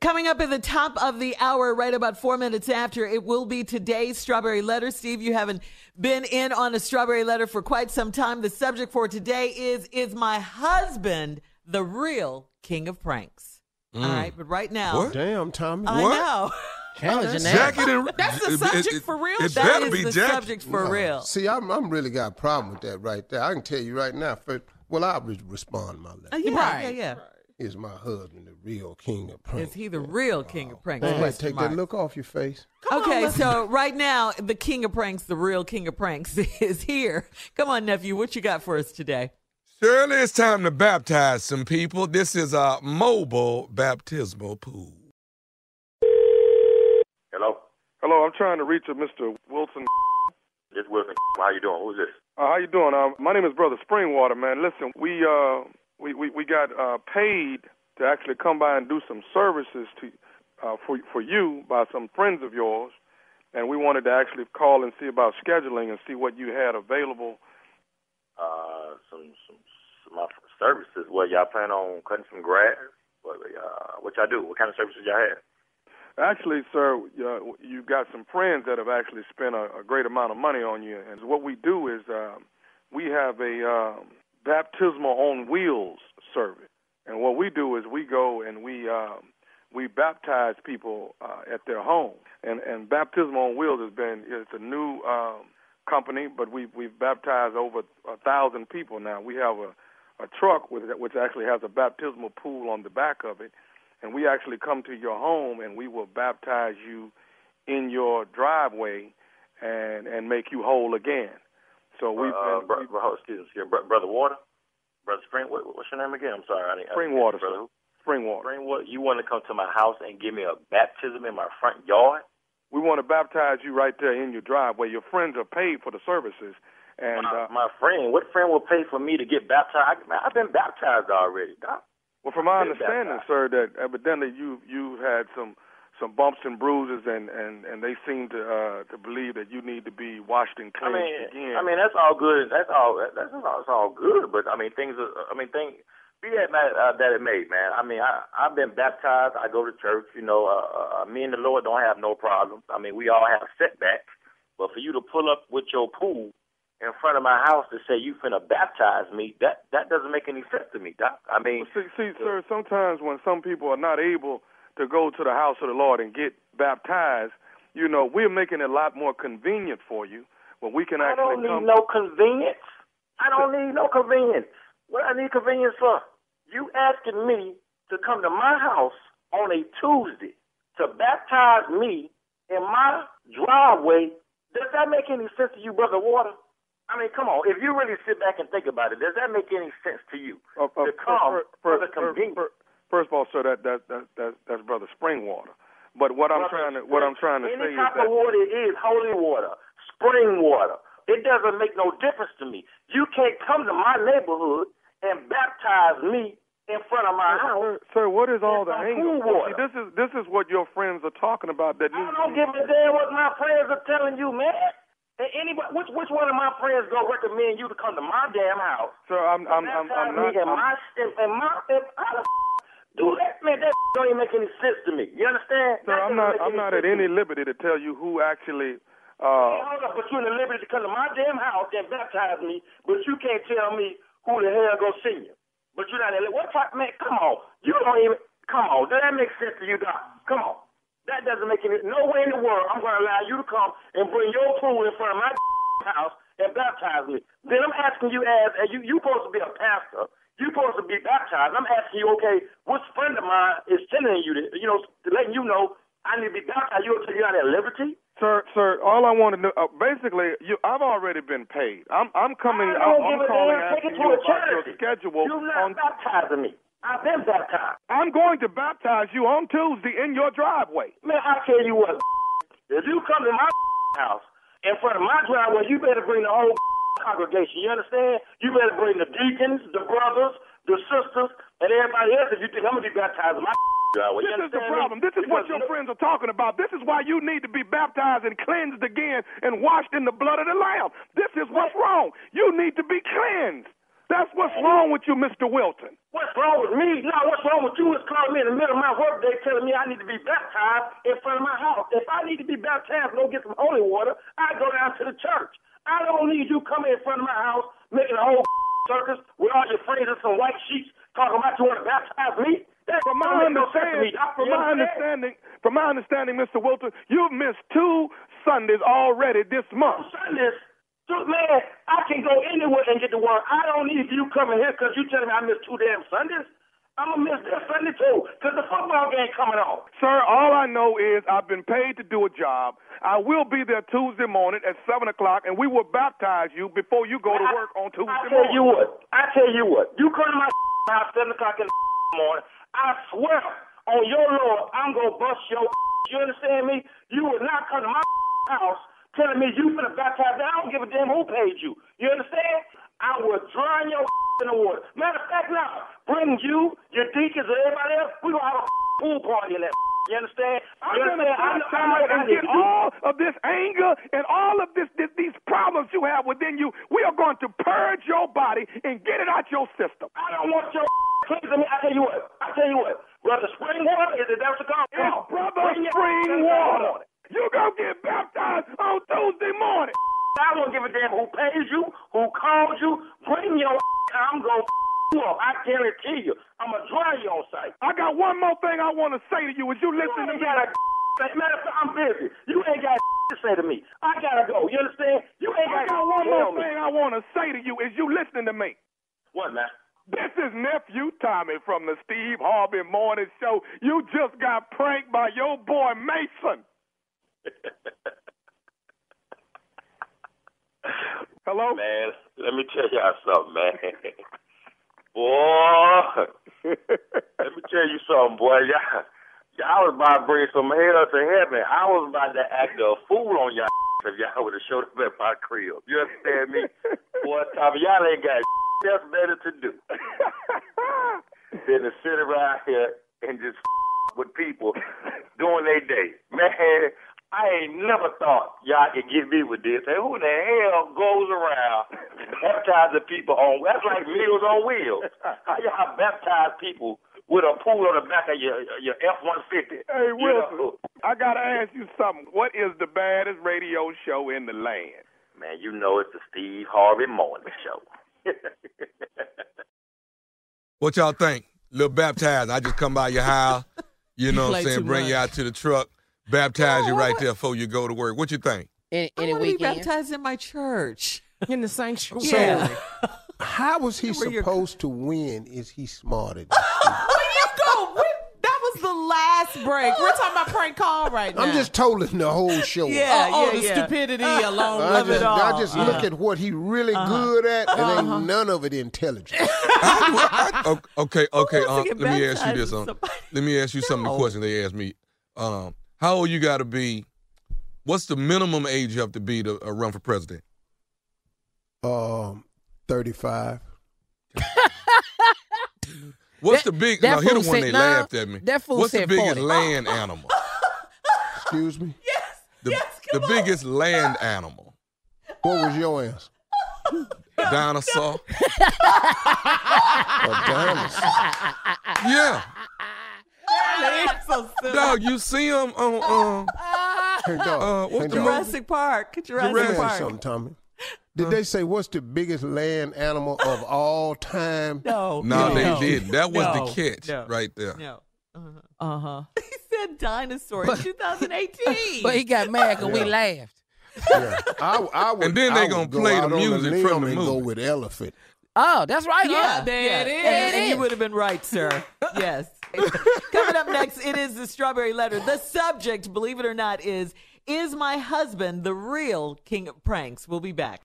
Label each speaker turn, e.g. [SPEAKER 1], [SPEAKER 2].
[SPEAKER 1] Coming up at the top of the hour, right about four minutes after, it will be today's strawberry letter. Steve, you haven't been in on a strawberry letter for quite some time. The subject for today is Is my husband the real king of pranks? All right, but right now,
[SPEAKER 2] Mm. What?
[SPEAKER 3] Damn, Tommy.
[SPEAKER 1] I
[SPEAKER 2] What?
[SPEAKER 1] know.
[SPEAKER 4] Challenging that.
[SPEAKER 2] Jackie didn't.
[SPEAKER 1] That's the
[SPEAKER 2] it-
[SPEAKER 1] subject
[SPEAKER 2] it-
[SPEAKER 1] for real.
[SPEAKER 2] It
[SPEAKER 1] that
[SPEAKER 2] better
[SPEAKER 1] is
[SPEAKER 2] be
[SPEAKER 1] the
[SPEAKER 2] Jackie.
[SPEAKER 1] subject for real.
[SPEAKER 3] See, I'm, I'm really got a problem with that right there. I can tell you right now. First, well, I'll re- respond my
[SPEAKER 1] Uh,
[SPEAKER 3] letter.
[SPEAKER 1] yeah, yeah,
[SPEAKER 4] Right.
[SPEAKER 1] yeah.
[SPEAKER 3] Is my husband the real king of pranks?
[SPEAKER 1] Is he the real king of pranks?
[SPEAKER 3] Man,
[SPEAKER 1] Question
[SPEAKER 3] take
[SPEAKER 1] mark.
[SPEAKER 3] that look off your face.
[SPEAKER 1] okay, so right now, the king of pranks, the real king of pranks, is here. Come on, nephew, what you got for us today?
[SPEAKER 2] Surely it's time to baptize some people. This is a mobile baptismal pool.
[SPEAKER 5] Hello?
[SPEAKER 6] Hello, I'm trying to reach a Mr. Wilson.
[SPEAKER 5] This Wilson. How you doing? Who's this?
[SPEAKER 6] Uh, how you doing? Uh, my name is Brother Springwater, man. Listen, we uh, we, we we got uh, paid to actually come by and do some services to uh, for for you by some friends of yours, and we wanted to actually call and see about scheduling and see what you had available.
[SPEAKER 5] Uh, some some, some my services. What y'all plan on cutting some grass? What uh, what y'all do? What kind of services y'all have?
[SPEAKER 6] Actually, sir, uh, you've got some friends that have actually spent a, a great amount of money on you. And what we do is um, we have a um, baptismal on wheels service. And what we do is we go and we um, we baptize people uh, at their home. And and baptismal on wheels has been it's a new um, company, but we we've baptized over a thousand people now. We have a a truck with which actually has a baptismal pool on the back of it and we actually come to your home and we will baptize you in your driveway and and make you whole again. So we
[SPEAKER 5] uh,
[SPEAKER 6] and
[SPEAKER 5] bro, bro, excuse me, excuse me, Bro- brother Water, brother Spring. What, what's your name again? I'm sorry, I didn't. I didn't
[SPEAKER 6] Springwater,
[SPEAKER 5] catch brother. who?
[SPEAKER 6] spring water.
[SPEAKER 5] Springwater. You want to come to my house and give me a baptism in my front yard?
[SPEAKER 6] We want to baptize you right there in your driveway. Your friends are paid for the services, and
[SPEAKER 5] my,
[SPEAKER 6] uh,
[SPEAKER 5] my friend, what friend will pay for me to get baptized? I, man, I've been baptized already. Doc.
[SPEAKER 6] well, from my
[SPEAKER 5] Get baptized.
[SPEAKER 6] understanding, sir, that evidently you you had some some bumps and bruises, and and and they seem to uh, to believe that you need to be washed and
[SPEAKER 5] I
[SPEAKER 6] cleansed
[SPEAKER 5] mean,
[SPEAKER 6] again.
[SPEAKER 5] I mean that's all good. That's all. That's, that's all. It's all good. But I mean, things. Are, I mean, thing. Be that ma- uh, that it may, man. I mean, I I've been baptized. I go to church. You know, uh, uh, me and the Lord don't have no problems. I mean, we all have setbacks. But for you to pull up with your pool in front of my house to say you finna baptize me, that that doesn't make any sense to me, Doc. I mean,
[SPEAKER 6] Well, see, see, sir, sometimes when some people are not able to go to the house of the Lord and get baptized, you know, we're making it a lot more convenient for you when we can
[SPEAKER 5] I don't
[SPEAKER 6] actually
[SPEAKER 5] need
[SPEAKER 6] come.
[SPEAKER 5] no convenience. I don't need no convenience. What I need convenience for? You asking me to come to my house on a Tuesday to baptize me in my driveway? Does that make any sense to you, brother Water? I mean, come on. If you really sit back and think about it, does that make any sense to you
[SPEAKER 6] Uh, uh,
[SPEAKER 5] to come
[SPEAKER 6] fir-
[SPEAKER 5] for
[SPEAKER 6] fir-
[SPEAKER 5] the
[SPEAKER 6] fir-
[SPEAKER 5] convenience?
[SPEAKER 6] fir- First of all, sir, that that that, that that's brother Springwater. But what I'm trying to what I'm trying to
[SPEAKER 5] any
[SPEAKER 6] say is
[SPEAKER 5] type
[SPEAKER 6] that
[SPEAKER 5] of water it is holy water, spring water. It doesn't make no difference to me. You can't come to my neighborhood and baptize me in front of my house.
[SPEAKER 6] Sir, sir, what is all
[SPEAKER 5] It's
[SPEAKER 6] the
[SPEAKER 5] not
[SPEAKER 6] anger?
[SPEAKER 5] cool water.
[SPEAKER 6] See, this is this is what your friends are talking about. That
[SPEAKER 5] I
[SPEAKER 6] you-
[SPEAKER 5] don't give a damn what my friends are telling you, man. And anybody, which which one of my friends gonna recommend you to come to my damn house?
[SPEAKER 6] Sir, I'm I'm I'm, I'm not.
[SPEAKER 5] me in
[SPEAKER 6] I'm-
[SPEAKER 5] my in, in my in, how the do that, man? That don't even make any sense to me. You understand?
[SPEAKER 6] Sir,
[SPEAKER 5] That
[SPEAKER 6] I'm
[SPEAKER 5] doesn't
[SPEAKER 6] not.
[SPEAKER 5] make
[SPEAKER 6] I'm not at
[SPEAKER 5] sense to me.
[SPEAKER 6] any liberty to tell you who actually. Uh,
[SPEAKER 5] Hold up, but you're in the liberty to come to my damn house and baptize me, but you can't tell me who the hell gonna send you. But you're not in what type man, come on. You don't even come on, does that make sense to you, Doc? Come on. That doesn't make any no way in the world I'm gonna allow you to come and bring your crew in front of my house and baptize me. Then I'm asking you as and you you supposed to be a pastor. You supposed to be baptized. I'm asking you, okay, which friend of mine is sending you to you know, letting you know I need to be baptized, you'll tell you out at liberty?
[SPEAKER 6] sir, sir, all I want to know, uh, basically, you, I've already been paid. I'm, I'm coming.
[SPEAKER 5] I
[SPEAKER 6] I'm,
[SPEAKER 5] don't give
[SPEAKER 6] I'm
[SPEAKER 5] a
[SPEAKER 6] calling
[SPEAKER 5] damn. Take
[SPEAKER 6] asking
[SPEAKER 5] it to
[SPEAKER 6] you
[SPEAKER 5] a
[SPEAKER 6] about your
[SPEAKER 5] charity.
[SPEAKER 6] schedule.
[SPEAKER 5] You're not
[SPEAKER 6] On,
[SPEAKER 5] baptizing me. I've been baptized.
[SPEAKER 6] I'm going to baptize you on Tuesday in your driveway.
[SPEAKER 5] Man, I tell you what, if you come to my house in front of my driveway, you better bring the whole congregation. You understand? You better bring the deacons, the brothers, the sisters, and everybody else if you think I'm going to be baptized in my driveway.
[SPEAKER 6] This
[SPEAKER 5] You
[SPEAKER 6] is the
[SPEAKER 5] understand me?
[SPEAKER 6] problem. This is what
[SPEAKER 5] Because
[SPEAKER 6] your
[SPEAKER 5] no-
[SPEAKER 6] friends are talking about. This is why you need to be baptized and cleansed again and washed in the blood of the Lamb. This is what's wrong. You need to be cleansed. That's what's wrong with you, Mr. Wilton.
[SPEAKER 5] What's wrong with me? No, what's wrong with you is calling me in the middle of my workday telling me I need to be baptized in front of my house. If I need to be baptized and go get some holy water, I go down to the church. I don't need you coming in front of my house making a whole circus with all your phrases and white sheets talking about you want to baptize me. That
[SPEAKER 6] From
[SPEAKER 5] don't
[SPEAKER 6] my
[SPEAKER 5] make no sense to me.
[SPEAKER 6] understanding,
[SPEAKER 5] I-
[SPEAKER 6] from
[SPEAKER 5] you
[SPEAKER 6] my
[SPEAKER 5] understand?
[SPEAKER 6] understanding, from my understanding, Mr. Wilton, you've missed two Sundays already this month.
[SPEAKER 5] Sundays, dude, man, I can go anywhere and get the word. I don't need you coming here because you telling me I missed two damn Sundays. I'm gonna miss that Sunday too because the football game coming on.
[SPEAKER 6] Sir, all I know is I've been paid to do a job. I will be there Tuesday morning at seven o'clock, and we will baptize you before you go to
[SPEAKER 5] I-
[SPEAKER 6] work on Tuesday
[SPEAKER 5] I tell
[SPEAKER 6] morning.
[SPEAKER 5] you what. I tell you what. You come to my house seven o'clock in the morning. I swear on your Lord, I'm gonna bust your. You understand me? You would not come to my house telling me you finna baptize me. I don't give a damn who paid you. You understand? I will drown your in the water. Matter of fact, now bring you, your deacons, and everybody else. We gonna have a pool party in that. You understand?
[SPEAKER 6] I'm
[SPEAKER 5] you
[SPEAKER 6] gonna
[SPEAKER 5] understand? I know- I know
[SPEAKER 6] baptize
[SPEAKER 5] what I
[SPEAKER 6] and
[SPEAKER 5] need
[SPEAKER 6] get
[SPEAKER 5] to do.
[SPEAKER 6] all of this anger and all of this, this these problems you have within you. We are going to purge your body and get it out your system.
[SPEAKER 5] I don't want your clean to me. I tell you what. I tell you what. Brother Spring Water is it that's the call?
[SPEAKER 6] It's brother
[SPEAKER 5] Bring your ass
[SPEAKER 6] spring water.
[SPEAKER 5] on.
[SPEAKER 6] You gonna get baptized on Tuesday morning.
[SPEAKER 5] I don't give a damn who pays you, who calls you. Bring your. I'm gonna you up. I guarantee you. I'm gonna dry you on sight.
[SPEAKER 6] I got one more thing I want to say to you. As you
[SPEAKER 5] You
[SPEAKER 6] listen to
[SPEAKER 5] ain't
[SPEAKER 6] me,
[SPEAKER 5] got a. Matter of fact, I'm busy. You ain't got to say to me. I gotta go. You understand? You ain't
[SPEAKER 6] I
[SPEAKER 5] got
[SPEAKER 6] got
[SPEAKER 5] to
[SPEAKER 6] one
[SPEAKER 5] tell
[SPEAKER 6] more
[SPEAKER 5] me.
[SPEAKER 6] thing I want to say to you. As you listening to me.
[SPEAKER 5] What, man?
[SPEAKER 6] This is nephew Tommy from the Steve Harvey Morning Show. You just got pranked by your boy Mason. Hello.
[SPEAKER 5] Man, let me tell y'all something, man. Boy, let me tell you something, boy. Y'all, y'all was about to bring some hell to heaven. I was about to act a fool on y'all if y'all would have showed up at my crib. You understand me? boy, Tommy, y'all ain't got nothing better to do than to sit around here and just with people doing their day. Man, I ain't never thought y'all could get me with this. And who the hell goes around baptizing people on that's like meals on wheels. How y'all baptize people with a pool on the back of your your F one fifty.
[SPEAKER 6] Hey, Wilson. I gotta ask you something. What is the baddest radio show in the land?
[SPEAKER 5] Man, you know it's the Steve Harvey morning show.
[SPEAKER 2] What y'all think? Little baptized. I just come by your house, you know
[SPEAKER 1] play
[SPEAKER 2] what I'm
[SPEAKER 1] too
[SPEAKER 2] saying? Bring you
[SPEAKER 1] much.
[SPEAKER 2] out to the truck, baptize you
[SPEAKER 1] No,
[SPEAKER 2] right
[SPEAKER 1] what-
[SPEAKER 2] there before you go to work. What you think?
[SPEAKER 4] Any,
[SPEAKER 1] I
[SPEAKER 4] any
[SPEAKER 1] want to be
[SPEAKER 4] weekend
[SPEAKER 1] baptized in my church.
[SPEAKER 4] in the sanctuary.
[SPEAKER 3] So,
[SPEAKER 1] Yeah.
[SPEAKER 3] how was he
[SPEAKER 1] Where you're-
[SPEAKER 3] supposed to win? Is he smarter?
[SPEAKER 1] Oh,
[SPEAKER 4] Go. We, that was the last break. We're talking about prank call right now.
[SPEAKER 3] I'm just tolling the whole show.
[SPEAKER 1] Yeah.
[SPEAKER 4] Oh, oh, the
[SPEAKER 1] yeah.
[SPEAKER 4] stupidity alone
[SPEAKER 3] I
[SPEAKER 4] of
[SPEAKER 3] just,
[SPEAKER 4] it all.
[SPEAKER 3] I just
[SPEAKER 1] Uh-huh.
[SPEAKER 3] look at what he really good at, and ain't none of it intelligent.
[SPEAKER 2] O- okay, okay.
[SPEAKER 1] wants to
[SPEAKER 2] Um,
[SPEAKER 1] get
[SPEAKER 2] let me ask you
[SPEAKER 1] baptized
[SPEAKER 2] this.
[SPEAKER 1] with
[SPEAKER 2] Um,
[SPEAKER 1] somebody?
[SPEAKER 2] let me ask you some of the
[SPEAKER 1] No.
[SPEAKER 2] questions they asked me. Um, how old you got to be? What's the minimum age you have to be to uh, run for president?
[SPEAKER 3] Um, thirty-five.
[SPEAKER 2] What's the big?
[SPEAKER 4] that
[SPEAKER 2] now, here
[SPEAKER 4] fool
[SPEAKER 2] the one
[SPEAKER 4] said-
[SPEAKER 2] they
[SPEAKER 4] nah,
[SPEAKER 2] laughed at me.
[SPEAKER 4] that fool
[SPEAKER 2] What's the
[SPEAKER 4] said
[SPEAKER 2] biggest
[SPEAKER 4] 40.
[SPEAKER 2] land animal?
[SPEAKER 3] Excuse me.
[SPEAKER 2] The, the biggest land animal.
[SPEAKER 3] What was your answer?
[SPEAKER 2] Dinosaur.
[SPEAKER 3] A dinosaur.
[SPEAKER 2] Yeah,
[SPEAKER 1] so silly.
[SPEAKER 2] dog. You see them on. Um,
[SPEAKER 3] Hey, dog.
[SPEAKER 2] Uh, what's
[SPEAKER 3] Hey,
[SPEAKER 2] the most-
[SPEAKER 3] dog.
[SPEAKER 1] Jurassic Park. Jurassic,
[SPEAKER 3] Let me ask you
[SPEAKER 1] Park.
[SPEAKER 3] something, Tommy. Did they say what's the biggest land animal of all time?
[SPEAKER 1] No.
[SPEAKER 2] no,
[SPEAKER 1] no,
[SPEAKER 2] they
[SPEAKER 1] no.
[SPEAKER 2] didn't. That was
[SPEAKER 1] No.
[SPEAKER 2] the catch
[SPEAKER 1] No.
[SPEAKER 2] right there.
[SPEAKER 1] No. Uh-huh.
[SPEAKER 4] Uh huh.
[SPEAKER 1] He said dinosaur in 2018.
[SPEAKER 4] But he got mad because we laughed.
[SPEAKER 3] Yeah. I, I would,
[SPEAKER 2] And then they
[SPEAKER 3] I would
[SPEAKER 2] gonna
[SPEAKER 3] go
[SPEAKER 2] play the
[SPEAKER 3] out on a
[SPEAKER 2] music
[SPEAKER 3] limb
[SPEAKER 2] from the
[SPEAKER 3] and Go
[SPEAKER 2] movie.
[SPEAKER 3] with elephant.
[SPEAKER 4] Oh, that's right.
[SPEAKER 1] Yeah,
[SPEAKER 4] Oh, there
[SPEAKER 1] yeah.
[SPEAKER 4] it is.
[SPEAKER 1] And,
[SPEAKER 4] There it
[SPEAKER 1] and you
[SPEAKER 4] is.
[SPEAKER 1] would have been right, sir. yes. Coming up next, it is the strawberry letter. The subject, believe it or not, is Is my husband the real king of pranks? We'll be back.